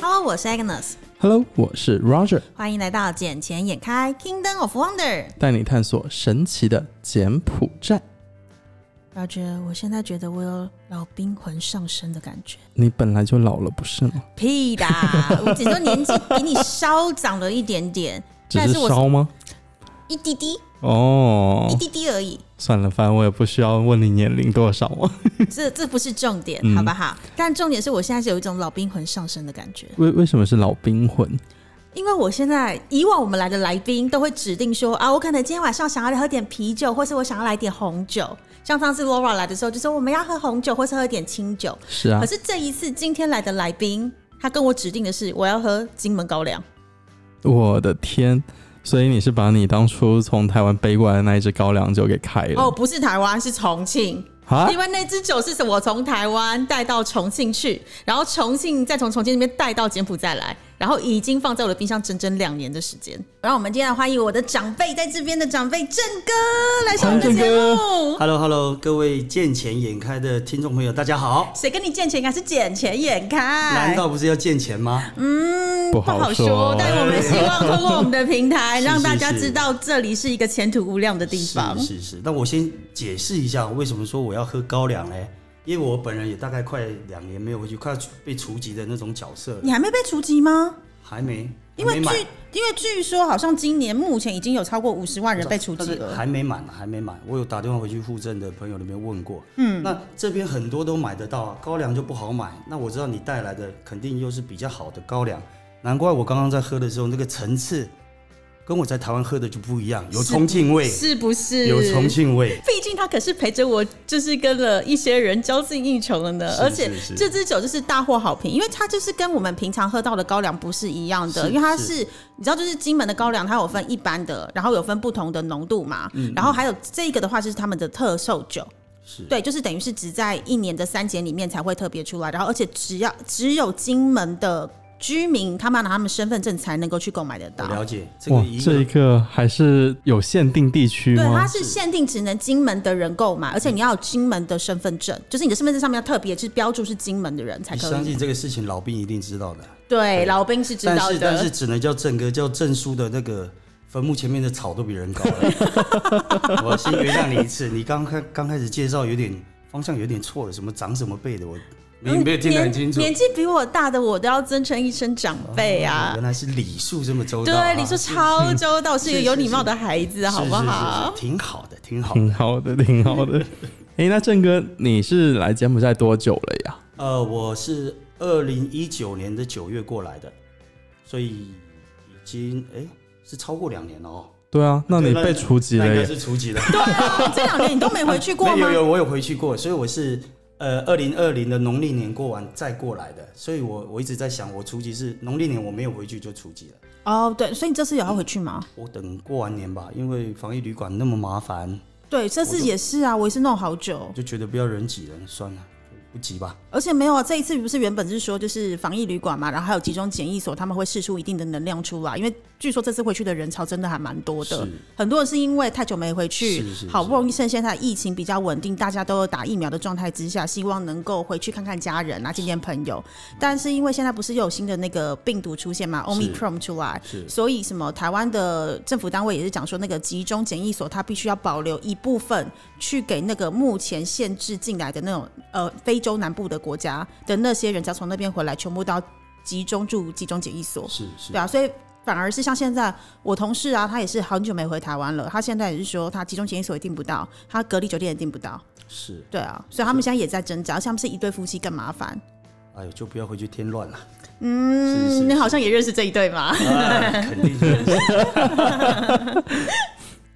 Hello，我是 Agnes， Hello，我是 Roger，欢迎来到《眼前眼开 Kingdom of Wonder》。带你探索神奇的柬埔寨。 Roger，我现在觉得我有老兵魂上身的感觉。你本来就老了，不是吗？屁的，啊 我顶多年纪比你稍长了一点点，只但是我是烧吗？一滴滴，哦一， 滴滴而已。算了，反正我也不需要问你年龄多少 啊。这这不是重点，嗯好不好？但重点是我现在是有一种老兵魂上身的感觉，为为什么是老兵魂？因为我现在以往我们来的来宾都会指定说啊，我可能今天晚上想要喝点啤酒，或是我想要来点红酒。像上次 Laura 来的时候就说我们要喝红酒，或是喝点清酒。是啊可，是这一次今天来的来宾，他跟我指定的是我要喝金门高粱。我的天！所以你是把你当初从台湾背过来的那一只高粱酒给开了哦，不是台湾，是重庆，啊？因为那支酒是我从台湾带到重庆去，然后重庆再从重庆那边带到柬埔寨来，然后已经放在我的冰箱整整两年的时间。让我们今天来欢迎我的长辈，在这边的长辈郑哥来上我们的欢迎节郑哥目。 Hello Hello，各位见钱眼开的听众朋友，大家好。谁跟你见钱眼开啊是捡钱眼开难？道不是要见钱吗？嗯不不好说说，，但是我们希望通过我们的平台，是让大是家是知道这里是一个前途无量的地方。是是是。那我先解释一下，为什么说我要喝高粱呢？因为我本人也大概快两年没有回去，快要被除籍的那种角色了，你还没被除籍吗？还没，因为还没据满因为据说好像今年目前已经有超过五十万人被除籍但是了。还没满，还没满。我有打电话回去户政的朋友里面问过，嗯，那这边很多都买得到啊，高粱就不好买。那我知道你带来的肯定又是比较好的高粱，难怪我刚刚在喝的时候那个层次，跟我在台湾喝的就不一样，有是重庆味，是不是？有重庆味。毕竟他可是陪着我，就是跟了一些人交际应酬了呢。是而且是是这支酒就是大获好评，因为它就是跟我们平常喝到的高粱不是一样的，是因为它是是你知道，就是金门的高粱，它有分一般的，然后有分不同的浓度嘛。嗯然后还有这个的话，就是他们的特售酒。是对，就是等于是只在一年的三节里面才会特别出来，然后而且只要只有金门的居民，他们要拿他们身份证才能够去购买得我到。了解这个哇，一这一个个还是有限定地区对，它吗？是限定只能金门的人购买，而且嗯你要有金门的身份证，就是你的身份证上面要特别是标注是金门的人才你可相以。信这个事情老兵一定知道的，对，老兵是知但道是但是的。只能叫正哥，叫正叔的那个坟墓前面的草都比人高了。 我先原谅你一次，你刚开刚开始介绍有点方向有点错了，什么长什么辈的，我嗯没没有听得很清楚。年年纪比我大的我都要尊称一声长辈哦啊。原来是礼数这么周到、啊。对，你说超周到，是一个是有是礼貌是的孩子，是好不好嗯是是？是挺好的，挺好的。挺好的，挺 好的。哎，那郑哥，你是来柬埔寨多久了呀？呃，我是二零一九年的九月过来的，所以已经哎、是超过两年了哦。对啊，那你对被除籍那了应该耶？是除籍了。这两年你都没回去过 没有吗？有，我有回去过，所以我是呃二零二零的农历年过完再过来的，所以我我一直在想，我除籍是农历年我没有回去就除籍了，哦，对，所以你这次有要回去吗？我等过完年吧，因为防疫旅馆那么麻烦，对，这次也是啊，我也是弄好久，就觉得不要人挤人，算了，不急吧。而且没有啊，这一次不是原本是说就是防疫旅馆嘛，然后还有集中检疫所，他们会试出一定的能量出来，因为据说这次回去的人潮真的还蛮多的是，很多人是因为太久没回去，是是好不容易趁现在疫情比较稳定，大家都有打疫苗的状态之下，希望能够回去看看家人啊，见见朋友，但是因为现在不是又有新的那个病毒出现嘛，Omicron 出来，是所以什么台湾的政府单位也是讲说，那个集中检疫所它必须要保留一部分去给那个目前限制进来的那种呃非洲南部的国家的那些人，只要从那边回来，全部都要集中住集中检疫所。是是对，啊，所以反而是像现在我同事啊，他也是很久没回台湾了，他现在也是说他集中检疫所也订不到，他隔离酒店也订不到。是，对啊，所以他们现在也在挣扎，而且他们是一对夫妻，更麻烦。哎呦，就不要回去添乱了，是是嗯，你好像也认识这一对嘛？ 啊、肯定是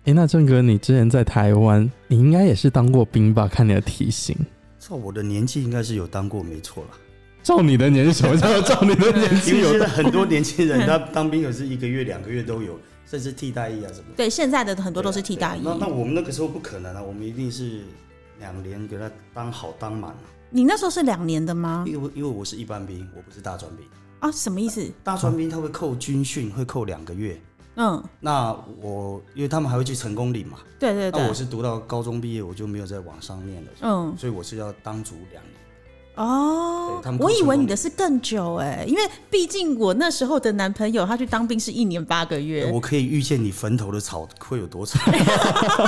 哎，那郑哥，你之前在台湾，你应该也是当过兵吧？看你的体型，照我的年纪应该是有当过没错了。照你的年纪，我就照你的年因纪为现有在很多年轻人，他当兵可是一个月、两个月都有，甚至替代役啊什么的。对，现在的很多都是替代役。对啊那那我们那个时候不可能啊，我们一定是两年给他当好当满啊、你那时候是两年的吗？因为我因为我是一般兵，我不是大专兵。啊，什么意思？大专兵他会扣军训，会扣两个月。嗯，那我因为他们还会去成功岭嘛，对对那我对，是读到高中毕业，我就没有再往上念了，嗯，所以我是要当足两年。哦对他们我刚以成为功你的是更久哎、因为毕竟我那时候的男朋友他去当兵是一年八个月。我可以预见你坟头的草会有多长，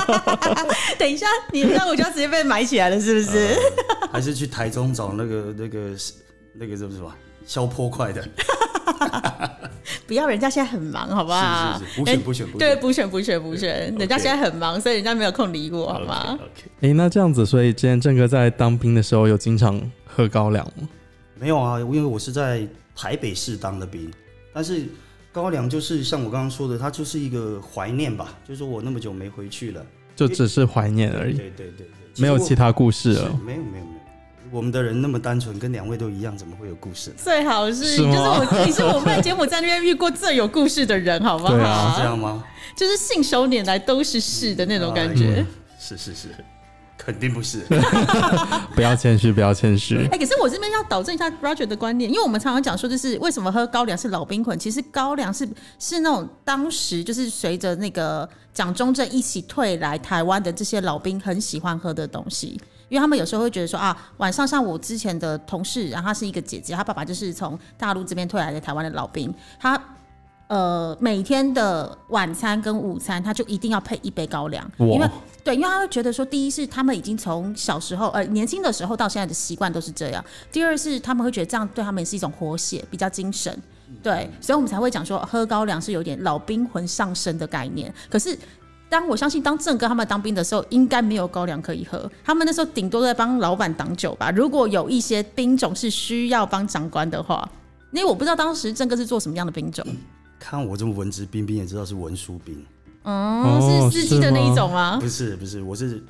等一下，你那我就要直接被埋起来了，是不呃是？还是去台中找那个那个那个叫什么消坡块的，不要，人家现在很忙，好不好？是是是，补选补选补选，呃对，补选补选补选，人家 OK 现在很忙，所以人家没有空理我，好吗？ OK，诶，那这样子，所以之前郑哥在当兵的时候有经常喝高粱吗？没有啊，因为我是在台北市当的兵，但是高粱就是像我刚刚说的，它就是一个怀念吧，就是说我那么久没回去了，就只是怀念而对已，对对对，对哎没有其其实他故事哦我了。是没有没有没有，我们的人那么单纯，跟两位都一样，怎么会有故事呢？最好是是你就是吗我，你是我在柬埔寨那边遇过最有故事的人，好不好？对是啊这样吗？就是信手拈来都是事的那种感觉。哎是是是，肯定不是。不要谦虚，不要谦虚。哎、可是我这边要导正一下 Roger 的观念，因为我们常常讲说，就是为什么喝高粱是老兵魂，其实高粱是是那种当时就是随着那个蒋中正一起退来台湾的这些老兵很喜欢喝的东西。因为他们有时候会觉得说啊，晚上像我之前的同事，然后她是一个姐姐，她爸爸就是从大陆这边退来的台湾的老兵，她呃每天的晚餐跟午餐，她就一定要配一杯高粱，因为哇对，因为他会觉得说，第一是他们已经从小时候呃年轻的时候到现在的习惯都是这样，第二是他们会觉得这样对他们也是一种活血，比较精神。对，嗯所以我们才会讲说喝高粱是有点老兵魂上身的概念。可是，当我相信当正哥他们当兵的时候，应该没有高粱可以喝，他们那时候顶多在帮老板挡酒吧。如果有一些兵种是需要帮长官的话，因为我不知道当时正哥是做什么样的兵种， 看我这么文质彬彬，也知道是文书兵，嗯哦，哦是司机的那一是吗种吗？不是不是，我是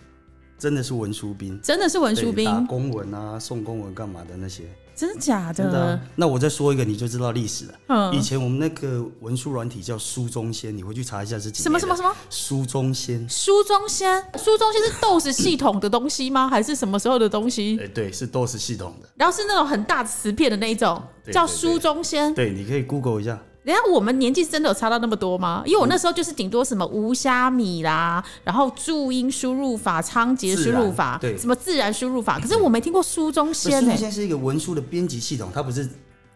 真的是文书兵，真的是文书对打兵，公文啊，送公文干嘛的那些，真的假真的啊、那我再说一个，你就知道历史了。嗯以，前我们那个文书软体叫书中仙，你回去查一下是几什么什么年的什么书中仙？书中仙？书中仙是 DOS 系统的东西吗？还 是什么时候的东西？哎，对，是 DOS 系统的。然后是那种很大磁片的那一种，对叫对对书中仙。对，你可以 Google 一下。人家我们年纪真的有差到那么多吗？因为我那时候就是顶多什么无虾米啦，然后注音输入法、仓颉输入法自然，对嗯什么自然输入法，可是我没听过书中书仙呢、欸中仙是一个文书的编辑系统，它不是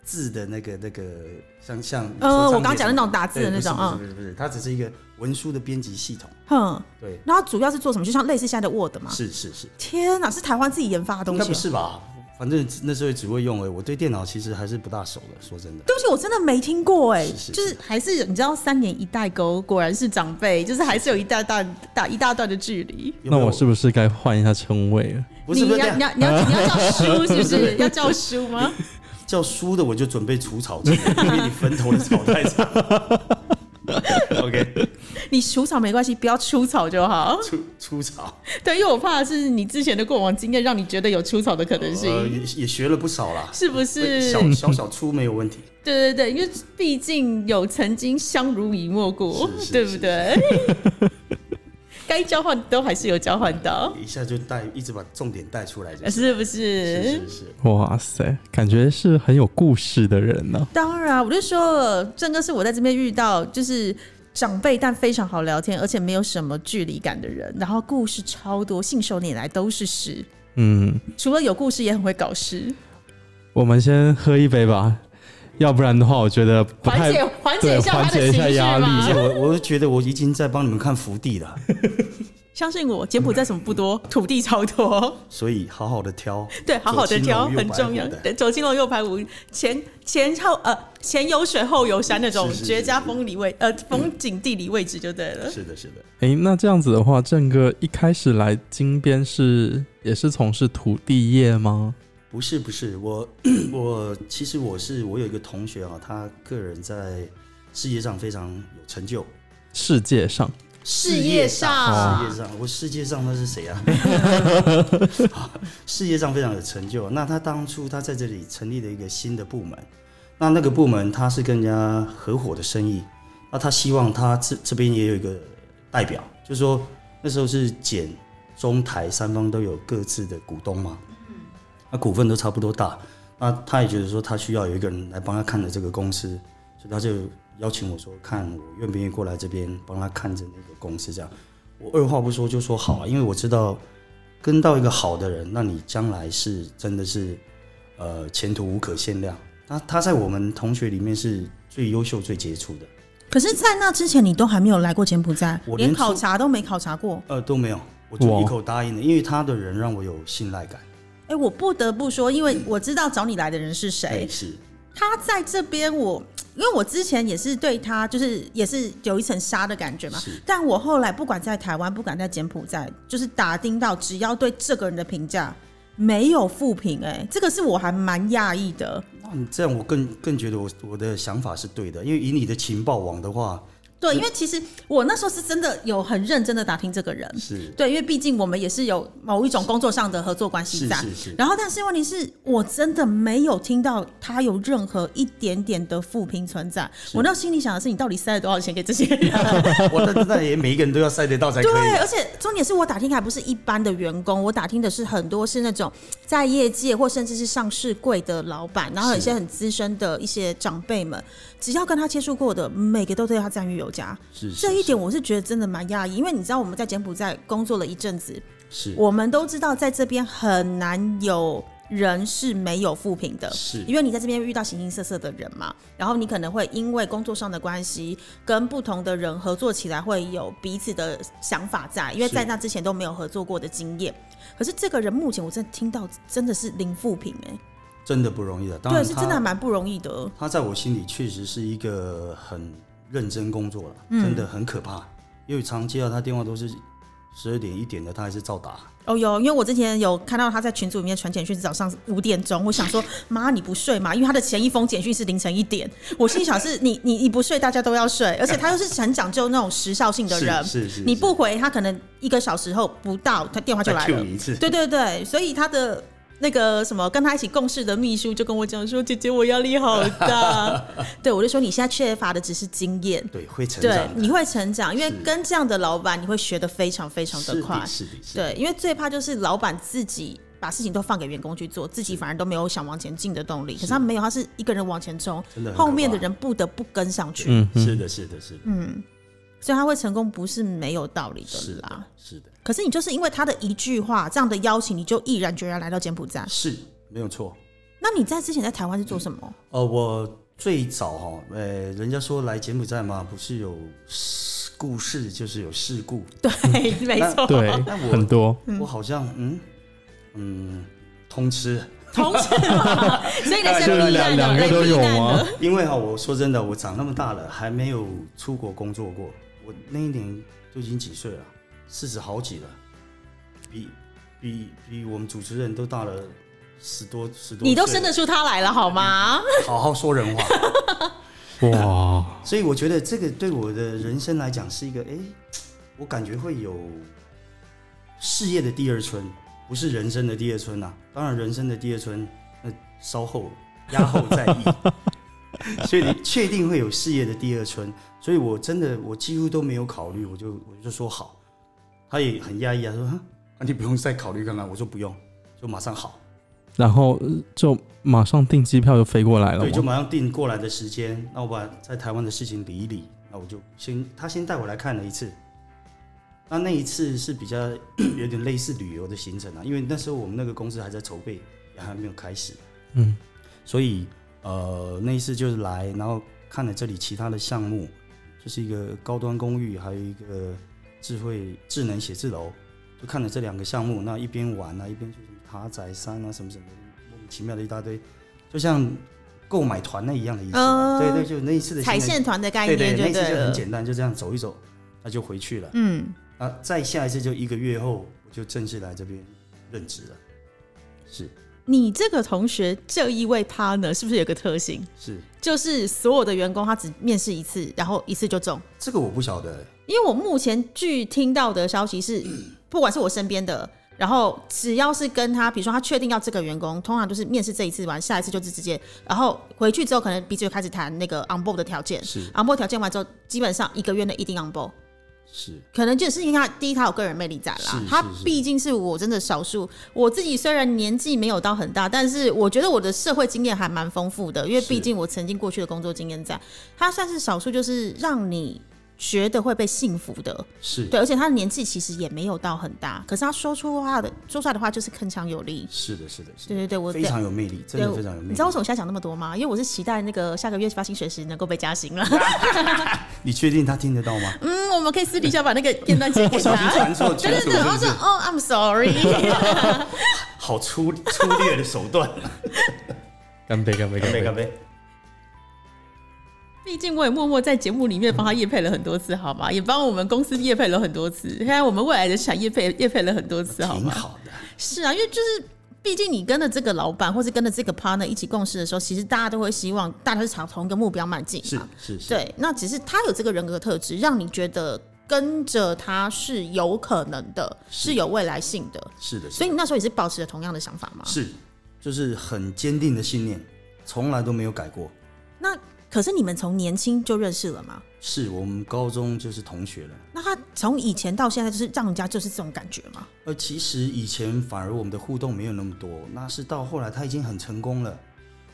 字的那个那个像像你说呃我上面刚讲的那种什么打字的对那种嗯不是不是不是不是，它只是一个文书的编辑系统。哼，对，嗯然后主要是做什么？就像类似现在的 Word 嘛。是是是，天哪，是台湾自己研发的啊东应西、该哦？不是吧？反正那时候也只会用而已。我对电脑其实还是不大熟的，说真的。对不起，我真的没听过哎、是是就是是还是你知道三年一代沟，果然是长辈，就是还是有一大段大一大段的距离。有那没有我是不是该换一下称谓了？不是不你要是这你样要你要你要叫叔是不是？ 要叫叔吗？叫书的，我就准备除草剂，因为你坟头的草 太长。OK，你除草没关系，不要出草就好。 除除草，对，因为我怕是你之前的过往经验让你觉得有出草的可能性，呃，也也学了不少啦。是不是？小小小出没有问题，对对对，因为毕竟有曾经相濡以沫过，是是对不对？ 该交换都还是有交换到，一下就带，一直把重点带出来 就是。呃是不是是是，哇塞，感觉是很有故事的人呢、当然，我就说了，郑哥是我在这边遇到就是长辈，但非常好聊天，而且没有什么距离感的人，然后故事超多，信手拈来都是诗，嗯，除了有故事，也很会搞诗，我们先喝一杯吧，要不然的话，我觉得不缓太解缓解一下对他缓解的一情下绪压力嘛。我我就觉得我已经在帮你们看福地了， 相信我，柬埔寨什么不多，土地超多， 所以好好的挑，对，好好的挑左青龙很重要右白虎。的对，左青龙右白虎，前前后呃前有水后有山那种是是是绝佳是风里位呃风景地理位置就对了。是的，是的，诶，那这样子的话，郑哥一开始来金边是也是从事土地业吗？不是不是，我我其实我是我有一个同学啊，他个人在事业上非常有成就，世界上事业上事业上，我世界上他是谁啊？事业上非常有成就。那他当初他在这里成立了一个新的部门，那那个部门他是跟人家合伙的生意，那他希望他这这边也有一个代表，就是说那时候是柬、中、台三方都有各自的股东嘛，嗯那股份都差不多大，那他也觉得说他需要有一个人来帮他看着这个公司，所以他就邀请我说，看我愿不愿意过来这边帮他看着那个公司这样。我二话不说就说好啊，因为我知道跟到一个好的人，那你将来是真的是呃前途无可限量。那他在我们同学里面是最优秀、最杰出的，可是，在那之前，你都还没有来过柬埔寨，我连连考出察都没考察过。呃，都没有，我就哇一口答应了，因为他的人让我有信赖感。哎、我不得不说，因为我知道找你来的人是谁哎，，是他在这边我，因为我之前也是对他就是也是有一层纱的感觉嘛是，但我后来不管在台湾，不管在柬埔寨，就是打听到只要对这个人的评价没有负评，哎，这个是我还蛮讶异的。那你这样我更更觉得我我的想法是对的，因为以你的情报网的话，对，因为其实我那时候是真的有很认真的打听这个人，是对，因为毕竟我们也是有某一种工作上的合作关系是在。是是，然后，但是问题是我真的没有听到他有任何一点点的负评存在。我那心里想的是，你到底塞了多少钱给这些 人？我那那也每一个人都要塞得到才可对，以。而且重点是我打听还不是一般的员工，我打听的是很多是那种在业界或甚至是上市柜的老板，然后有一些很资深的一些长辈们，只要跟他接触过的，每个都对他赞誉有加。是是这一点我是觉得真的蛮讶异，因为你知道我们在柬埔寨工作了一阵子，是我们都知道在这边很难有人是没有负评的。是因为你在这边遇到形形色色的人嘛，然后你可能会因为工作上的关系，跟不同的人合作起来会有彼此的想法在，因为是在那之前都没有合作过的经验。可是这个人目前我真的听到真的是零负评哎、真的不容易的，当对，然是他真的还蛮不容易的。他在我心里确实是一个很认真工作了，嗯真的很可怕。因为常接到他电话都是十二点一点的，他还是照打。哦哟，因为我之前有看到他在群组里面传简讯，是早上五点钟，我想说妈你不睡嘛？因为他的前一封简讯是凌晨一点，我心里想是你你你不睡，大家都要睡，而且他又是很讲究那种时效性的人，是是是，你不回他可能一个小时后不到，他电话就来再 cue 了。你一次，对对对，所以他的那个什么跟他一起共事的秘书就跟我讲说：“姐姐，我压力好 大。”对我就说：“你现在缺乏的只是经验，对会成长对的，，你会成长，因为是跟这样的老板，你会学得非常非常是的快的，。是的，是的，对，因为最怕就是老板自己把事情都放给员工去做，自己反而都没有想往前进的动力。可是他没有，他是一个人往前冲真的，很后面的可怕人嗯不得不跟上去，嗯哼，是的，是的，是的，所以他会成功不是没有道理的是啦。的，是的，可是你就是因为他的一句话，这样的邀请，你就毅然决然来到柬埔寨。是没有错。那你在之前在台湾是做什么？呃，我最早哈，呃，人家说来柬埔寨嘛，不是有事故事，就是有事故。对，没错， 对，我很多。我好像嗯嗯通吃， 同事嘛，所以你的就是生避难两两的，个都人避有难吗 的，？因为哈，我说真的，我长那么大了还没有出国工作过。我那一年都已经几岁了，四十好几了，比比比我们主持人都大了十多十多岁了。你都生得出他来了好吗？好好说人话，哇，所以我觉得这个对我的人生来讲是一个，哎，我感觉会有事业的第二春，不是人生的第二春呐、啊当然，人生的第二春，那稍后压后再议。所以你确定会有事业的第二春，所以我真的我几乎都没有考虑，我就我就说好。他也很压抑啊，说啊你不用再考虑看看，我说不用，就马上好。然后呃就马上订机票就飞过来了对，就吗？马上定过来的时间。那我把在台湾的事情理一理，那我就先他先带我来看了一次。那那一次是比较 有点类似旅游的行程啊，因为那时候我们那个公司还在筹备，也还没有开始，嗯，所以呃那一次就是来，然后看了这里其他的项目，就是一个高端公寓，还有一个智慧智能写字楼，就看了这两个项目，那一边玩啊，一边去什么塔仔山啊，什么什么莫名其妙的一大堆，就像购买团那一样的意思嘛。嗯对对，就那一次的踩行程线团的概对念对，那就一次就很了。简单，就这样走一走，那就回去了。嗯，啊，再下一次就一个月后，我就正式来这边任职了。是你这个同学这一位 partner 是不是有个特性？是，就是所有的员工他只面试一次，然后一次就中。这个我不晓得，因为我目前据听到的消息 是，不管是我身边的，然后只要是跟他，比如说他确定要这个员工，通常就是面试这一次完，下一次就是直接，然后回去之后可能彼此就开始谈那个 on board 的条件是，on board 条件完之后，基本上一个月内一定 on board。是可能就是因为他第一，他有个人魅力在啦是。他是是毕竟是我真的少数，我自己虽然年纪没有到很大，但是我觉得我的社会经验还蛮丰富的，因为是毕竟我曾经过去的工作经验在。他算是少数，就是让你觉得会被幸福的，是对，而且他的年纪其实也没有到很大，可是他说出话的说出来的话就是铿锵有力。是的，是的，是的，对对对，我非常有魅力，真的非常有魅力。你知道为什么我现在讲那么多吗？因为我是期待那个下个月发薪水时能够被加薪了。 你确定他听得到吗？嗯，我们可以私底下把那个片段截给小心他。传授 对群对主对，然后是不说是？哦，I'm sorry。 好粗粗略的手段，干杯，干杯， 干杯干！杯！毕竟我也默默在节目里面帮他业配了很多次，好吗？也帮我们公司业配了很多次，现在我们未来的产业配业配了很多次，好挺吗？好的，是啊，因为就是。毕竟你跟着这个老板或者跟着这个 partner 一起共事的时候，其实大家都会希望大家是朝同一个目标迈进是嘛。是是，对，那只是他有这个人格特质，让你觉得跟着他是有可能的，是有未来性的。是的，是所的以你那时候也是保持着同样的想法吗？是，就是很坚定的信念，从来都没有改过。那可是你们从年轻就认识了吗？是我们高中就是同学了。那他从以前到现在，就是让人家就是这种感觉吗？呃，其实以前反而我们的互动没有那么多，那是到后来他已经很成功了，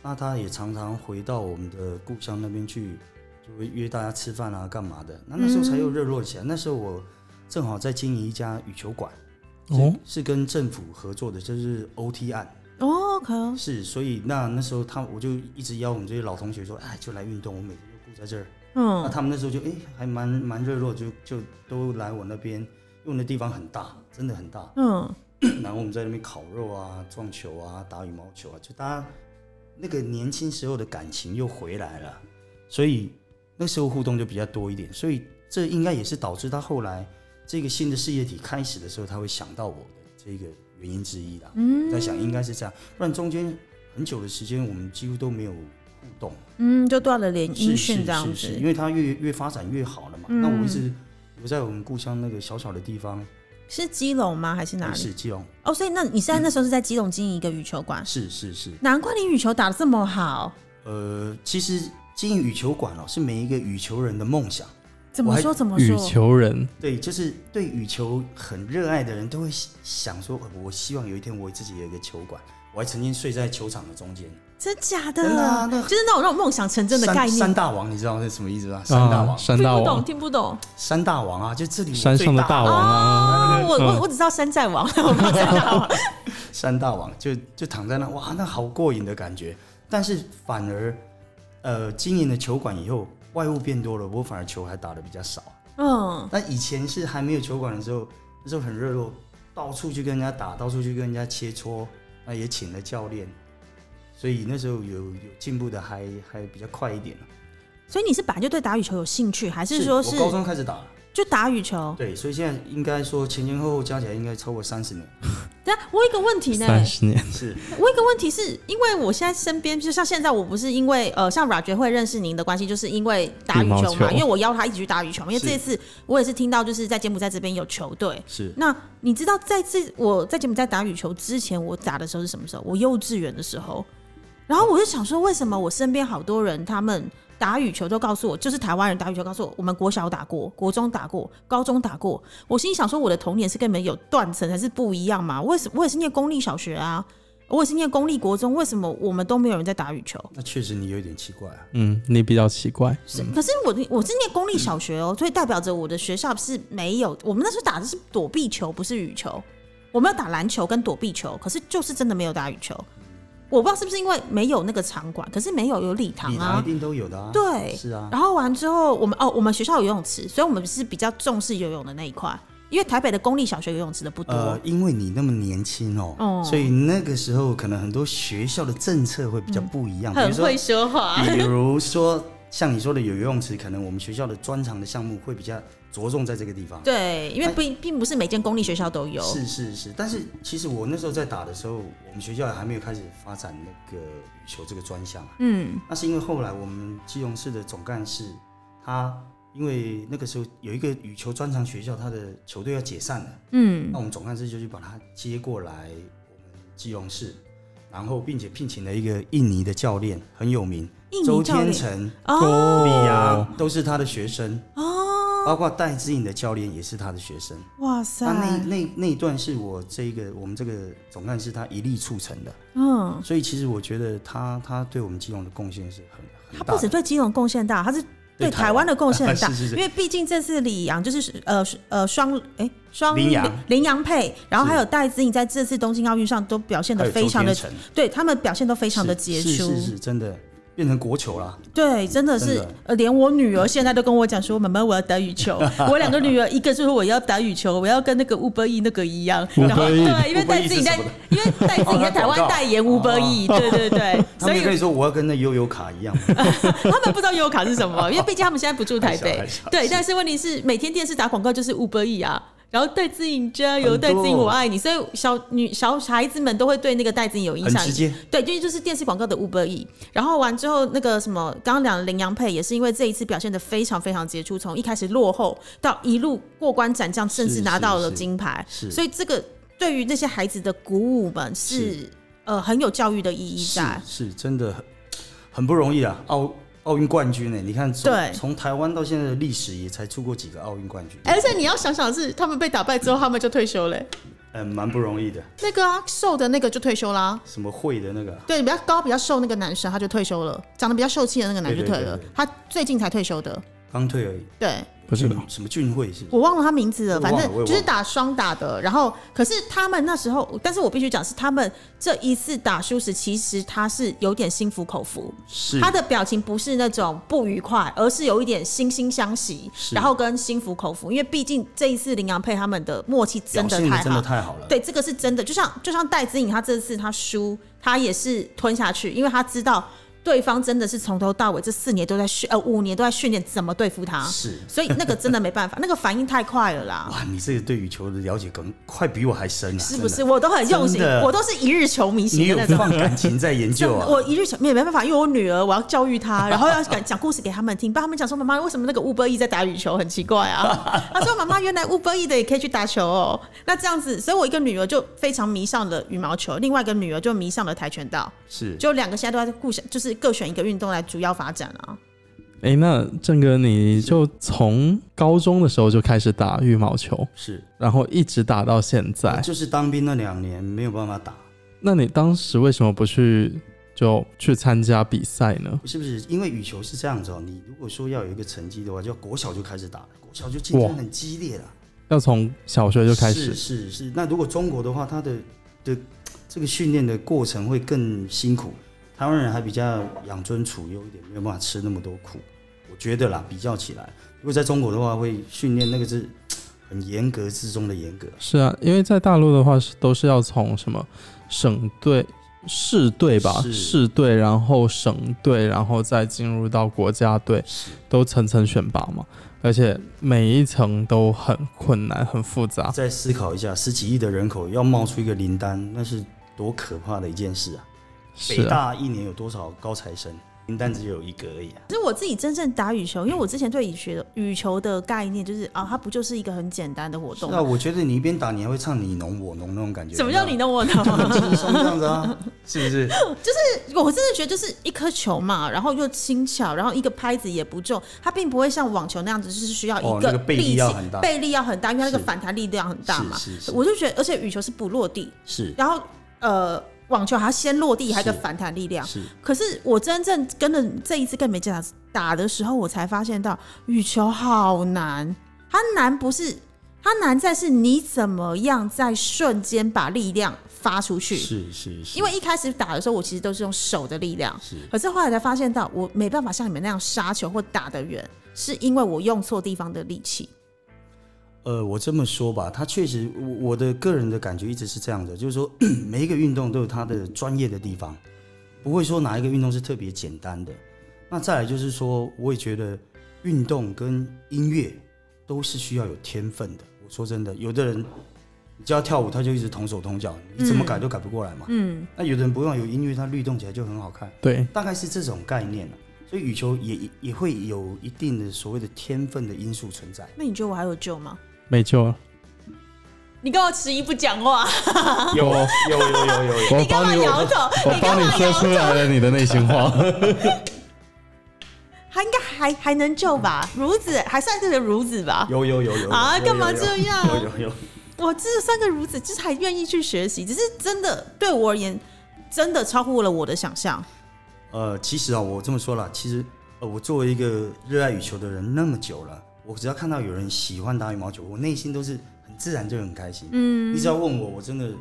那他也常常回到我们的故乡那边去，就会约大家吃饭啊，干嘛的。那那时候才又热络起来。那时候我正好在经营一家羽球馆，哦，是跟政府合作的，就是 OT 案。哦，可是，所以那那时候他我就一直邀我们这些老同学说，哎，就来运动，我每天就顾在这儿。那嗯，他们那时候就哎、还蛮蛮热络，就就都来我那边，因为我那地方很大，真的很大。嗯，然后我们在那边烤肉啊、撞球啊、打羽毛球啊，就大家那个年轻时候的感情又回来了，所以那时候互动就比较多一点，所以这应该也是导致他后来这个新的事业体开始的时候，他会想到我的这个原因之一啦。嗯，在想应该是这样，不然中间很久的时间我们几乎都没有互动，嗯，就断了联是姻是讯这样是子嗯是，。因为他越越发展越好了嘛。那我一直留在我们故乡那个小小的地方，是基隆吗？还是哪也里？啊是基隆，哦，所以那你现在嗯那时候是在基隆经营一个羽球馆，是是是。难怪你羽球打的这么好。呃，其实经营羽球馆哦，是每一个羽球人的梦想。怎么我还说？怎么羽说？球人，对，就是对羽球很热爱的人都会想说，呃我希望有一天我自己有一个球馆。我还曾经睡在球场的中间，真假的？真的啊那就是那种让梦想成真的概三三念。大王，你知道是什么意思吗？三大啊，王，山听大不懂，王，听不懂。三大王啊，就这里我山最上的大王啊，哦，我我嗯我只知道山寨王，我不知道山大王。山大王就就躺在那，哇，那好过瘾的感觉。但是反而，呃，经营了球馆以后，外物变多了，我反而球还打的比较少。嗯，那以前是还没有球馆的时候，那时候很热络，到处去跟人家打，到处去跟人家切磋，那也请了教练，所以那时候有有进步的还还比较快一点。啊所以你是本来就对打羽球有兴趣，还是说是哦我高中开始打了，就打羽球？对，所以现在应该说前前后后加起来应该超过三十年。但我有一个问题呢，嗯三十年，是我有一个问题是，因为我现在身边，就像现在，我不是因为呃，像 Raj 会认识您的关系，就是因为打羽球羽毛球嘛，因为我邀他一起去打羽球嘛，因为是这次我也是听到，就是在柬埔寨这边有球队。是，那你知道，在这我在柬埔寨打羽球之前，我打的时候是什么时候？我幼稚园的时候。然后我就想说，为什么我身边好多人他们打羽球都告诉我，就是台湾人打羽球告诉我，我们国小打过，国中打过，高中打过。我心里想说，我的童年是跟你们有断层，还是不一样嘛？为什我也是念公立小学啊，我也是念公立国中，为什么我们都没有人在打羽球？那确实你有一点奇怪啊。嗯，你比较奇怪，是，嗯可是我我是念公立小学哦，所以代表着我的学校是没有，我们那时候打的是躲避球，不是羽球。我们要打篮球跟躲避球，可是就是真的没有打羽球。我不知道是不是因为没有那个场馆，可是没有有礼堂礼堂啊一。定都有的啊。对是啊，然后完之后，我们哦，我们学校有游泳池，所以我们是比较重视游泳的那一块，因为台北的公立小学游泳池的不多。呃，因为你那么年轻哦，哦所以那个时候可能很多学校的政策会嗯比较不一样，比如说说话比如说像你说的有游泳池，可能我们学校的专长的项目会比较着重在这个地方。对，因为并并不是每间公立学校都有。哎是是是，但是其实我那时候在打的时候，我们学校还没有开始发展那个羽球这个专项啊。 嗯那是因为后来我们基隆市的总干事，他因为那个时候有一个羽球专长学校，他的球队要解散了，嗯那我们总干事就去把他接过来我们基隆市，然后并且聘请了一个印尼的教练，很有名，印尼周教练天成。哦李阳啊都是他的学生，哦，包括戴之颖的教练也是他的学生。哇塞那，那那那一段是我这个我们这个总干事他一力促成的，嗯。所以其实我觉得他他对我们基隆的贡献是很他很大不止的。对基隆贡献大，他是对台湾的贡献很大，啊是是是因为毕竟这次李阳就是呃呃双哎双羚羊羚羊配，然后还有戴资颖在这次东京奥运上都表现还的有非周常天的，成对他们表现都非常的是杰是出，是是，真的变成国球啦。对，真的真是的呃，连我女儿现在都跟我讲说，妈妈我要打羽球， 我两个女儿一个就说我要打羽球，我要跟那个吴伯义那个一 样， Uber 然后 Eats 对，因为 Uber 戴自己 Eats 在是什么，因为戴自己在台湾代言吴伯义，对对对，所他们以也跟你说我要跟那悠悠卡一样嘛，他们不知道悠游卡是什么，因为毕竟他们现在不住台北 还小还小，对。是但是问题是，每天电视打广告就是吴伯义啊，然后戴自颖加油，很多戴自颖我爱你，所以小女小孩子们都会对那个戴自颖有印很象直。接。对，因为就是电视广告的吴伯义，然后完之后那个什么，刚刚讲的羚羊配也是因为这一次表现的非常非常杰出，从一开始落后到一路过关斩将，甚至是拿到是了是金牌，是所以这个对于那些孩子的鼓舞们是是呃很有教育的意义是在。是真的很很不容易啊，奥奥运冠军呢、欸你看从对从台湾到现在的历史也才出过几个奥运冠军，而且哎你要想想的是，他们被打败之后，他们就退休嘞、欸嗯，蛮不容易的。那个啊，瘦的那个就退休啦、什么会的那个啊对，比较高、比较瘦那个男生他就退休了，长得比较秀气的那个男就退了。对对对对他最近才退休的，刚退而已，嗯对不知道俊什么俊会是不是我忘了他名字了，我也反忘了正我也就是忘了打双打的。然后，可是他们那时候，但是我必须讲是他们这一次打输时，其实他是有点心服口服，是他的表情不是那种不愉快，而是有一点惺惺相惜，是然后跟心服口服，因为毕竟这一次林洋配他们的默契真的表现太得真好的。太好了，对，这个是真的。就像就像戴资颖，她这次她输，她也是吞下去，因为她知道对方真的是从头到尾这四年都在训，呃，五年都在训练怎么对付他，是所以那个真的没办法，那个反应太快了啦。哇，你这个对羽球的了解可能快比我还深啊，是不真是？的？我都很用心真，的我都是一日球迷你型有的那种放。感情在研真究的 啊？我一日球迷也没办法，因为我女儿，我要教育她，然后要 讲讲故事给他们听，帮他们讲说妈妈为什么那个乌波伊在打羽球很奇怪 啊。她说妈妈原来乌波伊的也可以去打球哦。那这样子，所以我一个女儿就非常迷上了羽毛球，另外一个女儿就迷上了跆拳道，是就两个现在都在互相就是各选一个运动来主要发展啊。哎、那郑哥，你就从高中的时候就开始打羽毛球，是，然后一直打到现在。就是当兵那两年没有办法打，那你当时为什么不去就去参加比赛呢？是不是？因为羽球是这样子哦，你如果说要有一个成绩的话，就要国小就开始打了，国小就竞哇争很激烈了。要从小学就开是始，是是。那如果中国的话，他的的这个训练的过程会更辛苦，台湾人还比较养尊处优一点，没有办法吃那么多苦。我觉得啦，比较起来，如果在中国的话，会训练那个是很严格之中的严格。是啊，因为在大陆的话是都是要从什么省队、市队吧，是市队，然后省队，然后再进入到国家队，是都层层选拔嘛，而且每一层都很困难、很复杂。再思考一下，十几亿的人口要冒出一个林丹，那是多可怕的一件事啊！是北啊，大一年有多少高材生？林丹只有一个而已啊！可是我自己真正打羽球，因为我之前对羽球的羽球的概念就是啊，它不就是一个很简单的活动那吗？啊我觉得你一边打，你还会唱你侬我侬那种感觉。什么叫你有呢？ 我呢？没有很轻松这样子啊？是不是？我真的觉得就是一颗球嘛，然后又轻巧，然后一个拍子也不重，它并不会像网球那样子，就是需要哦一那个个背力力气、要很大背力要很大，因为它那个是反弹力量很大嘛。是是是我就觉得，而且羽球是不落地，是然后呃，网球还要先落地，是还有一个反弹力量。是，可是我真正跟着这一次跟美健打打的时候，我才发现到羽球好难，它难不是它难在是你怎么样在瞬间把力量发出去，是是是，因为一开始打的时候，我其实都是用手的力量，是可是后来才发现到我没办法像你们那样杀球或打得远，是因为我用错地方的力气。呃，我这么说吧，他确实，我我的个人的感觉一直是这样的，就是说每一个运动都有它的专业的地方，不会说哪一个运动是特别简单的。那再来就是说，我也觉得运动跟音乐都是需要有天分的。我说真的，有的人你教他跳舞，他就一直同手同脚，你怎么改都改不过来嘛。嗯，那有的人不用有音乐，他律动起来就很好看。对，大概是这种概念啊。所以羽球也也也会有一定的所谓的天分的因素存在。那你觉得我还有救吗？没救了。你跟我迟疑不讲话， 有有有有有我你干嘛帮你，摇我头？我你干帮你嘛说摇出头？来了你的内心话。他应该 还还能救吧？孺子还算是个孺子吧？有有有有啊有干嘛有有这样有有有，我这算个孺子，就是还愿意去学习，只是真的对我而言，真的超乎了我的想象。呃，其实啊，我这么说啦，其实呃，我作为一个热爱羽球的人那么久了，我只要看到有人喜欢打羽毛球，我内心都是很自然就很开心。嗯，你只要问我，我真的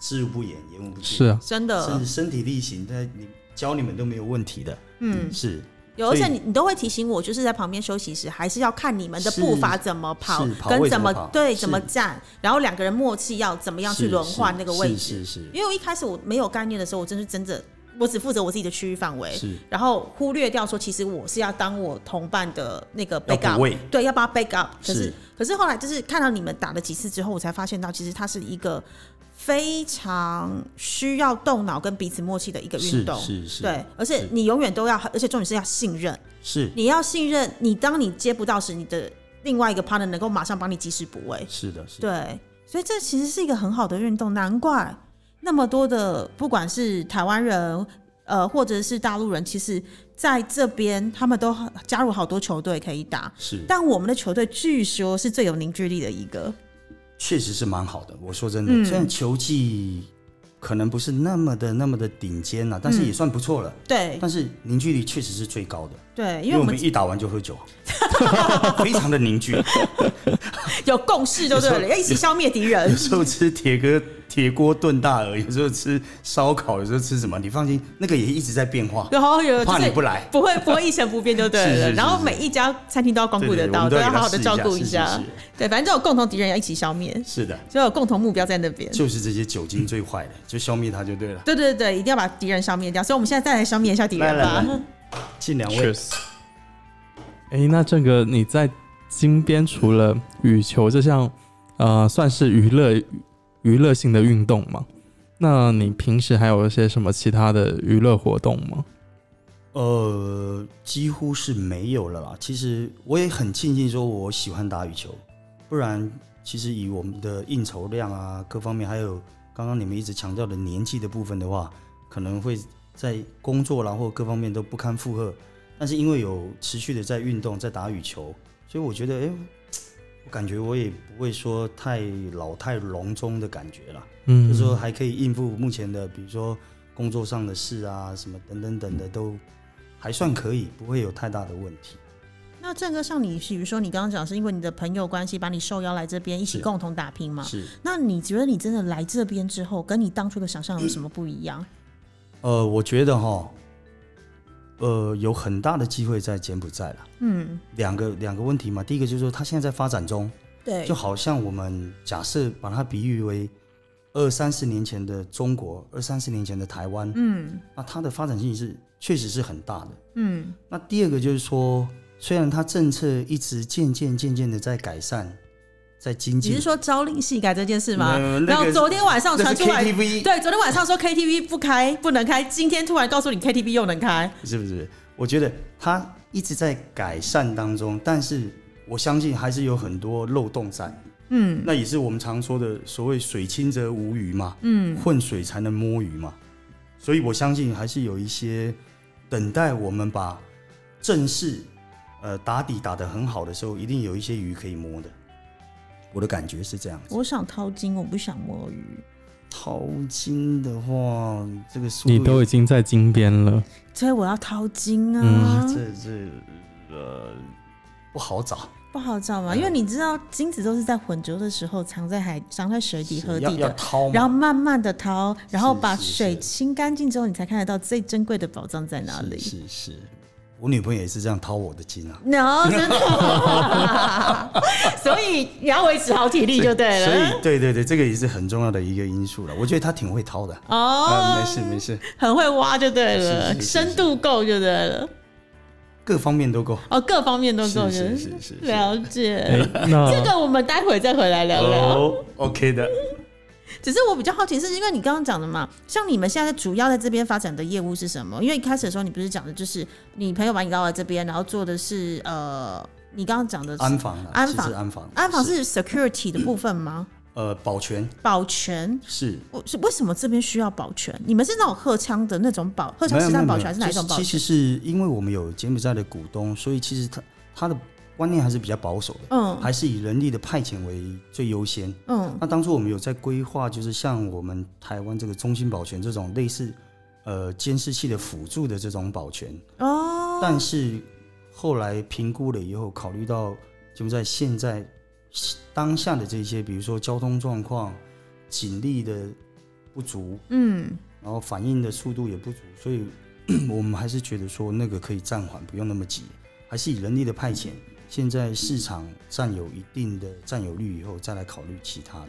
知无不言，言无不尽，是啊，真甚的至，身体力行，在你教你们都没有问题的。嗯，是有，而所以且你你都会提醒我，就是在旁边休息时，还是要看你们的步伐怎么跑是，跑位跟怎么么跑对是怎么站，然后两个人默契要怎么样去是轮是换那个位置。是是因为我一开始我没有概念的时候，我真是真的，我只负责我自己的区域范围是，是，然后忽略掉说，其实我是要当我同伴的那个要 back 补 up，位，对，要帮他 back up。可是是可是后来就是看到你们打了几次之后，我才发现到其实它是一个非常需要动脑跟彼此默契的一个运是动。是是，对，而且是你永远都要，而且重点是要信任。是你要信任，你当你接不到时，你的另外一个 partner 能够马上帮你及时补位。是的，是的，对，所以这其实是一个很好的运动，难怪那么多的不管是台湾人，呃，或者是大陆人，其实在这边他们都加入好多球队可以打。是但我们的球队据说是最有凝聚力的一个，确实是蛮好的。我说真的，嗯虽然球技可能不是那么的那么的顶尖了、嗯但是也算不错了。对但是凝聚力确实是最高的，对，因因为我我们们一打完就喝酒，啊 非常的凝聚，有共识就对有了，时要候一起消灭敌人有。时候吃铁锅铁锅炖大鹅，有时候吃烧烤，有时候吃什么？你放心，那个也一直在变化，然后有就怕你是不来。不会不会一成不变就对了。 是是是然后是每一家餐厅都要光对顾得对对到，我们都都要给好他好的试一照顾是一是下是。对，反正这种共同敌人要一起消灭，是的，就有共同目标在那边。就是这些酒精最坏的，就消灭它就对了。对对对，一定要把敌人消灭掉。所以我们现在再来消灭一下敌人吧来。来近啊两位 Cheers。哎、那这个你在金边除了羽球这项呃算是娱乐娱乐性的运动吗？那你平时还有一些什么其他的娱乐活动吗？呃，几乎是没有了啦。其实我也很庆幸说我喜欢打羽球，不然其实以我们的应酬量啊，各方面，还有刚刚你们一直强调的年纪的部分的话，可能会在工作啦或各方面都不堪负荷。但是因为有持续的在运动，在打羽球，所以我觉得，哎、我感觉我也不会说太老太隆中的感觉啦。嗯，就是说还可以应付目前的，比如说工作上的事啊，什么等等等嗯的，都还算可以，不会有太大的问题。 那郑哥，像你，比如说你刚刚讲是因为你的朋友关系把你受邀来这边一起是共同打拼嘛？是，那你觉得你真的来这边之后，跟你当初的想象有什么不一样？呃，我觉得哈，呃，有很大的机会在柬埔寨了。嗯，两个两个问题嘛，第一个就是说它现在在发展中，对就，好像我们假设把它比喻为二三十年前的中国，二三十年前的台湾，嗯那它的发展性是确实是很大的。嗯那第二个就是说，虽然它政策一直渐渐渐渐的在改善，在精你进是，说朝令夕改这件事吗？嗯那然个后是昨天晚上那传是出来， KTV 对，昨天晚上说 KTV 不开不能开，今天突然告诉你 KTV 又能开，是不是？我觉得它一直在改善当中，但是我相信还是有很多漏洞在。嗯那也是我们常说的所谓“水清则无鱼”嘛，嗯，混水才能摸鱼嘛。所以我相信还是有一些等待我们把正式呃打底打得很好的时候，一定有一些鱼可以摸的。我的感觉是这样子。我想掏金，我不想摸鱼，淘金的话，这个速度你都已经在金边了，所以我要掏金啊，嗯这这呃不好找，不好找嗯嘛，因为你知道金子都是在混浊的时候藏在海、藏在水底河要底要的。掏嘛，然后慢慢的掏，然后是把是水是清干净之后，你才看得到最珍贵的宝藏在哪里。是是是，我女朋友也是这样掏我的金啊， no，真的 吗，所以你要维持好体力 就对所了。以对对对，这个也是很重要的一个因素了。我觉得她挺会掏的，啊，哦没，事没事，很会挖就对了，是是是是深度够就对了，各方面都够。哦，各方面都够是就是对是是是，了哎、解。那这个我们待会再回来聊聊。哦，OK 的，只是我比较好奇，是因为你刚刚讲的嘛，像你们现在主要在这边发展的业务是什么？因为一开始的时候你不是讲的就是你朋友把你拉来这边，然后做的是呃，你刚刚讲的是安防啊，安其实防安防，安防是 security 的部分吗？呃保全保全？是我是为什么这边需要保全？你们是那种荷枪的那种保，荷枪没有实弹没保有没全有还是哪一种保其全？实其实是因为我们有柬埔寨的股东，所以其实他他的观念还是比较保守的，嗯还是以人力的派遣为最优先。嗯那当初我们有在规划，就是像我们台湾这个中心保全这种类似呃监视器的辅助的这种保全，嗯哦，但是后来评估了以后，考虑到柬埔寨现在当下的这些，比如说交通状况、警力的不足，嗯，然后反应的速度也不足，所以我们还是觉得说那个可以暂缓，不用那么急，还是以人力的派遣。现在市场占有一定的占有率以后，再来考虑其他的。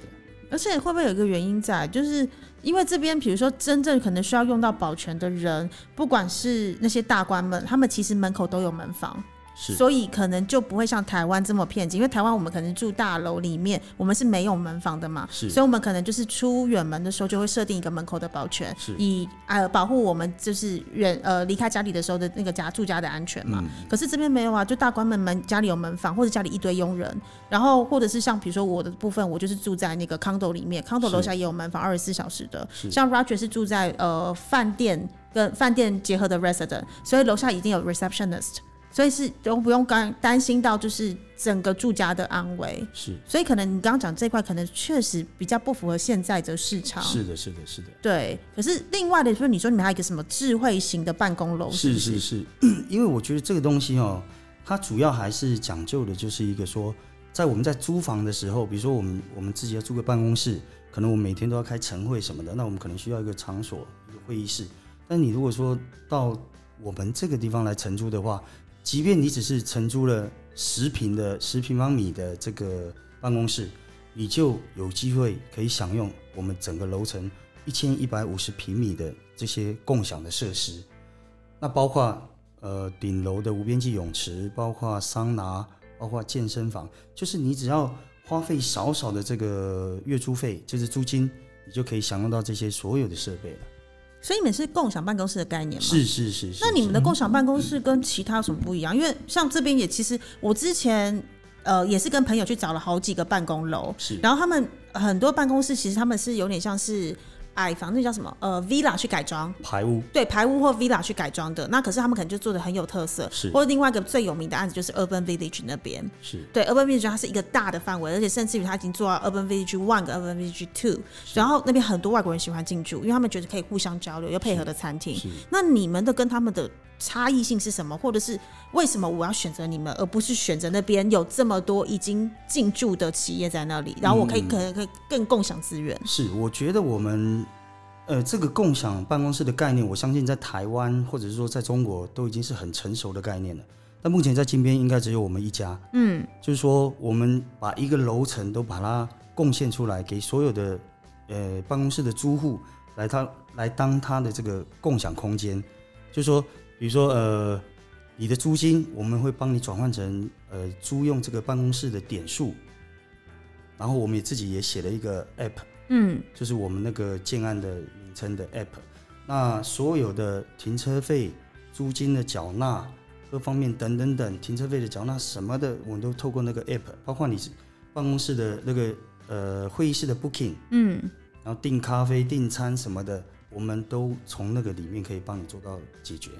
而且会不会有一个原因在，就是因为这边，比如说真正可能需要用到保全的人，不管是那些大官们，他们其实门口都有门房，是所以可能就不会像台湾这么偏激。因为台湾我们可能住大楼里面，我们是没有门房的嘛，是所以我们可能就是出远门的时候就会设定一个门口的保全是，以呃保护我们就是远呃离开家里的时候的那个家住家的安全嘛。嗯，可是这边没有啊，就大关门门家里有门房，或者家里一堆佣人，然后或者是像比如说我的部分，我就是住在那个 condo 里面，condo 是楼下也有门房，二十四小时的。是像 Roger 是住在呃饭店跟饭店结合的 resident，所以楼下已经有 receptionist，所以是都不用担担心到就是整个住家的安危。是所以可能你刚刚讲这块，可能确实比较不符合现在的市场。是的，是的，是的。对，可是另外的就是你说你们还有一个什么智慧型的办公楼，是不是是， 因为我觉得这个东西哦，它主要还是讲究的就是一个说，在我们在租房的时候，比如说我们我们自己要租个办公室，可能我们每天都要开晨会什么的，那我们可能需要一个场所，一个会议室。但你如果说到我们这个地方来承租的话，即便你只是承租了十平的十平方米的这个办公室，你就有机会可以享用我们整个楼层一千一百五十平米的这些共享的设施。那包括呃顶楼的无边际泳池，包括桑拿，包括健身房，就是你只要花费少少的这个月租费，就是租金，你就可以享用到这些所有的设备了。所以你们是共享办公室的概念吗？是是是是。那你们是的共享办公室跟其他有什么不一样？因为像这边也其实我之前呃也是跟朋友去找了好几个办公楼，是然后他们很多办公室其实他们是有点像是矮房，那叫什么呃 villa 去改装。排屋对排屋或 villa 去改装的，那可是他们可能就做的很有特色，是或者另外一个最有名的案子就是 Urban Village 那边，是对 Urban Village 它是一个大的范围，而且甚至于它已经做到 Urban Village One 跟 Urban Village Two，然后那边很多外国人喜欢进驻，因为他们觉得可以互相交流，又配合的餐厅。是那你们的跟他们的差异性是什么？或者是为什么我要选择你们，而不是选择那边有这么多已经进驻的企业在那里，然后我可以、可能可以更共享资源？是，我觉得我们呃这个共享办公室的概念，我相信在台湾或者是说在中国都已经是很成熟的概念了。但目前在金边应该只有我们一家，嗯，就是说，我们把一个楼层都把它贡献出来，给所有的呃办公室的租户来他来当他的这个共享空间。就是说，比如说呃，你的租金我们会帮你转换成呃租用这个办公室的点数，然后我们也自己也写了一个 app，嗯，就是我们那个建案的名称的 app。那所有的停车费、租金的缴纳各方面等等等，停车费的缴纳什么的，我们都透过那个 app，包括你办公室的那个呃会议室的 booking，嗯，然后订咖啡、订餐什么的，我们都从那个里面可以帮你做到解决。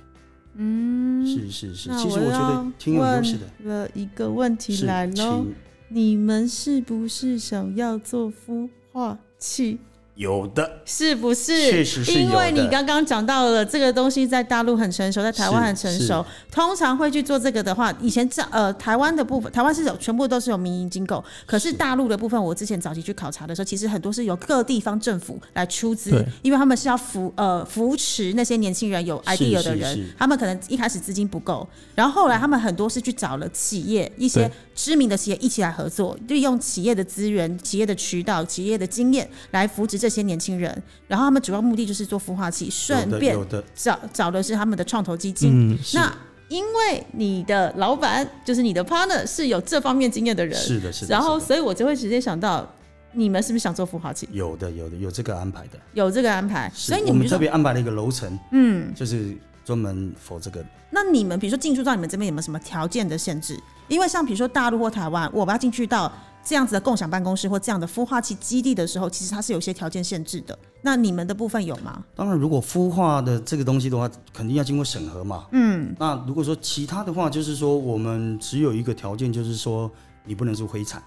嗯，是是是，其实我觉得挺有优势的。。了一个问题是，来喽，请你们是不是想要做孵化器？有的是不是？确实是有因的为你刚刚讲到了这个东西在大陆很成熟，在台湾是很成熟。通常会去做这个的话，以前这呃台湾的部分，台湾是有全部都是有民营机构，可是是大陆的部分，我之前早期去考察的时候，其实很多是由各地方政府来出资对，因为他们是要扶呃扶持那些年轻人有是 idea 的是人是，他们可能一开始资金不够，然后后来他们很多是去找了企业一些对知名的企业一起来合作，利用企业的资源、企业的渠道、企业的经验来扶植这些年轻人。然后他们主要目的就是做孵化器，顺有的便有的找找的是他们的创投基金。嗯，是那因为你的老板就是你的 partner 是有这方面经验的人，是的是的，然后是的所以我就会直接想到你们是不是想做孵化器，有的有的有这个安排的。有这个安排，是所以你我们们就特说别安排了一个楼层，嗯。就是专门否这个。那你们比如说进驻到你们这边有没有什么条件的限制？因为像比如说大陆或台湾，我要进去到这样子的共享办公室或这样的孵化器基地的时候，其实它是有一些条件限制的。那你们的部分有吗？当然，如果孵化的这个东西的话，肯定要经过审核嘛。嗯，那如果说其他的话，就是说我们只有一个条件，就是说你不能是灰产。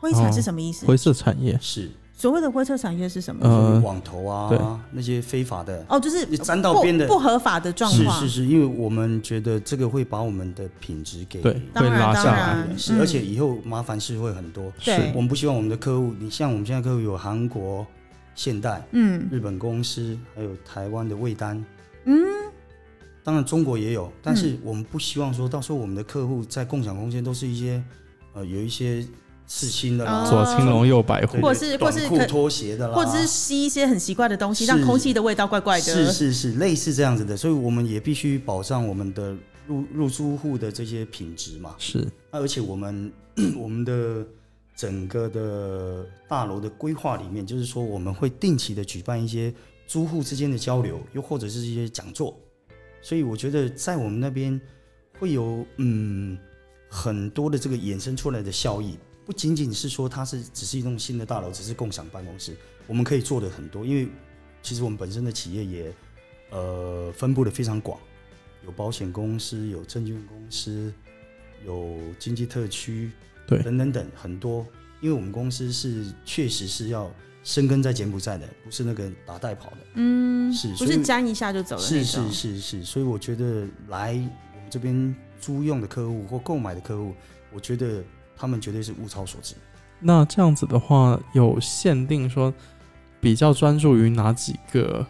灰产是什么意思？灰色产业是，所谓的灰色产业是什么？呃网投对啊，那些非法的，哦，就是你沾到不边的不合法的状是况，是是，因为我们觉得这个会把我们的品质给对，当会然拉当下来。然是，嗯而且以后麻烦事会很多。对我们不希望我们的客户，你像我们现在客户有韩国现代、嗯日本公司，还有台湾的魏丹，嗯，当然中国也嗯有，但是我们不希望说到时候我们的客户在共享空间都是一些呃有一些刺青的啦，哦左青龙右白虎，对或是或短是裤可拖鞋的啦，或者是吸一些很奇怪的东西，让是空气的味道怪怪的。是是是，类似这样子的，所以我们也必须保障我们的入入租户的这些品质嘛。是那而且我们 我们的整个的大楼的规划里面，就是说我们会定期的举办一些租户之间的交流，又或者是一些讲座。所以我觉得在我们那边会有嗯很多的这个衍生出来的效益，不仅仅是说它是只是一栋新的大楼，只是共享办公室，我们可以做的很多，因为其实我们本身的企业也呃分布的非常广，有保险公司，有证券公司，有经济特区，对等等等很多。因为我们公司是确实是要深耕在柬埔寨的，不是那个打带跑的，嗯，是不所是以沾一下就走了那是种是。是是，所以我觉得来我们这边租用的客户或购买的客户，我觉得他们绝对是物超所值。那这样子的话，有限定说比较专注于哪几个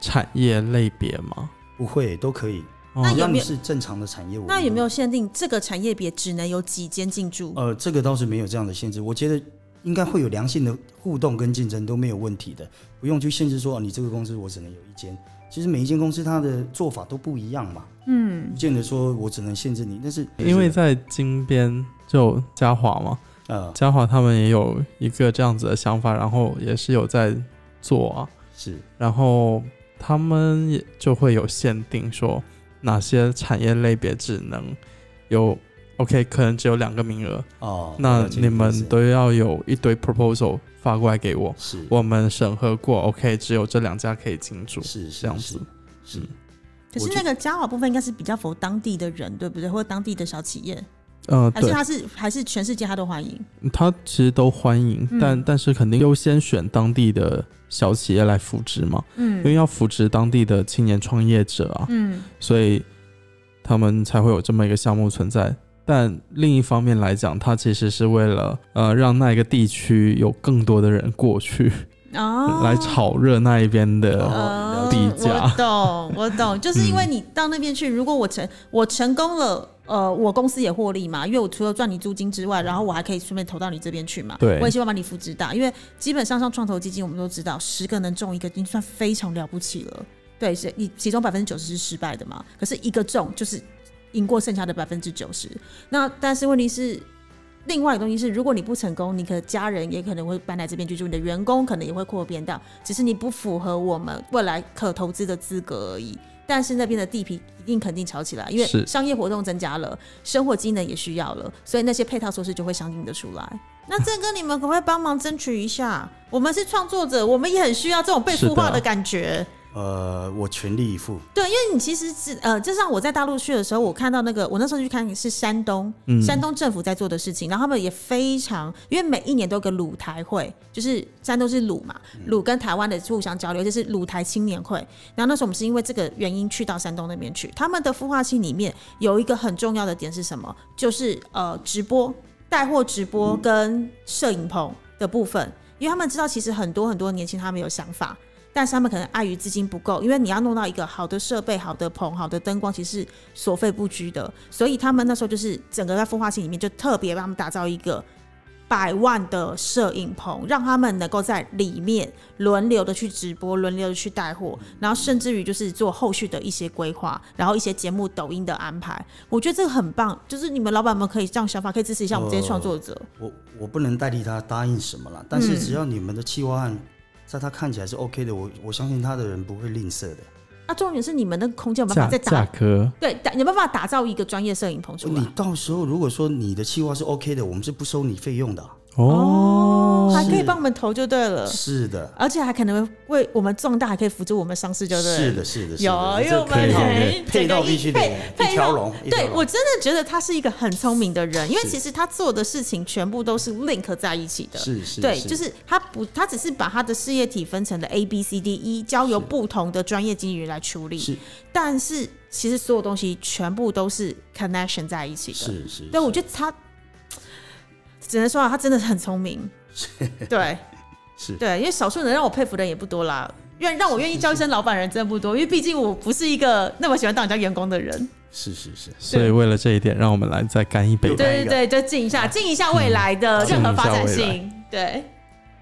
产业类别吗？不会都可以，哦那只有要没你有是正常的产业，我那们有都没有限定这个产业别只能有几间进驻？呃，这个倒是没有这样的限制，我觉得应该会有良性的互动跟竞争都没有问题的，不用去限制说、哦、你这个公司我只能有一间。其实每一间公司它的做法都不一样嘛，嗯，不见得说我只能限制你，但是因为在金边就嘉华嘛，呃嘉华他们也有一个这样子的想法，然后也是有在做啊，是然后他们也就会有限定说哪些产业类别只能有 OK，可能只有两个名额，哦，那了解你的意们思都要有一堆 proposal 发过来给我，是我们审核过，OK，只有这两家可以进驻。是是这样是子是嗯可是我觉那个嘉华部分应该是比较符合当地的人，对不对？或者当地的小企业，呃，还是对，它是还是全世界它都欢迎？他其实都欢迎，嗯但但是肯定优先选当地的小企业来扶植嘛，因嗯为要扶植当地的青年创业者啊，嗯，所以他们才会有这么一个项目存在。但另一方面来讲，它其实是为了呃让那一个地区有更多的人过去、哦， 来炒热那一边的哦哦，地价我懂，我懂，就是因为你到那边去，如果我成我成功了，呃，我公司也获利嘛，因为我除了赚你租金之外，然后我还可以顺便投到你这边去嘛。对我也希望把你扶植大，因为基本上像创投基金，我们都知道，十个能中一个已经算非常了不起了。对，是你其中百分之九十是失败的嘛，可是一个中就是赢过剩下的百分之九十。那但是问题是。另外一个东西是，如果你不成功，你可能家人也可能会搬来这边居住，你的员工可能也会扩编到，只是你不符合我们未来可投资的资格而已。但是那边的地皮一定肯定炒起来，因为是商业活动增加了，生活机能也需要了，所以那些配套措施就会相应的出来。那这个你们可不可以帮忙争取一下？我们是创作者，我们也很需要这种被是的孵化的感觉。呃，我全力以赴，你其实是呃，就像我在大陆去的时候，我看到那个，我那时候去看是山东，嗯山东政府在做的事情，然后他们也非常，因为每一年都有个鲁台会，就是山东是鲁嘛，鲁跟台湾的互相交流，就是鲁台青年会。然后那时候我们是因为这个原因去到山东那边去，他们的孵化器里面有一个很重要的点是什么？就是呃，直播带货直播跟摄影棚的部分，因为他们知道其实很多很多年轻他们有想法，但是他们可能碍于资金不够，因为你要弄到一个好的设备、好的棚、好的灯光，其实是所费不拘的。所以他们那时候就是整个在孵化器里面，就特别帮他们打造一个百万的摄影棚，让他们能够在里面轮流的去直播，轮流的去带货，然后甚至于就是做后续的一些规划，然后一些节目、抖音的安排。我觉得这个很棒，就是你们老板们可以这样想法，可以支持一下我们这些创作者。我我不能代替他答应什么了，但嗯是只要你们的企划案在他看起来是 OK 的，我我相信他的人不会吝啬的。那、重点是你们那个空间有没有价办法价再打？格，对，打有没有办法打造一个专业摄影棚出来你？到时候如果说你的企划是 OK 的，我们是不收你费用的啊、哦，还可以是帮我们投就对了，是的，而且还可能为我们壮大，还可以辅助我们上市就对了。是的，是的，是有的，因为我这们可以可以可以配到必须得配配到一条龙，一条对龙我真的觉得他是一个很聪明的人，因为是其实他做的事情全部都是 link 在一起的。是是对，就是他不，他只是把他的事业体分成了 A、B、C、D、E，交由不同的专业经理人来处理。是但是其实所有东西全部都是 connection 在一起的。是是，对，我是觉得他只能说啊，他真的很聪明。对是对，因为少数能让我佩服的人也不多啦，愿让我愿意叫一声老板人真的不多，因为毕竟我不是一个那么喜欢当人家员工的人。是是是，所以为了这一点，让我们来再干一杯又吧。对干一个对对，就敬一下，敬一下未来的嗯任何发展敬一下性。对，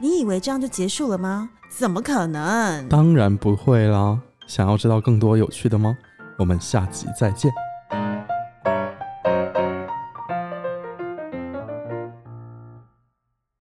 你以为这样就结束了吗？怎么可能？当然不会啦！想要知道更多有趣的吗？我们下集再见，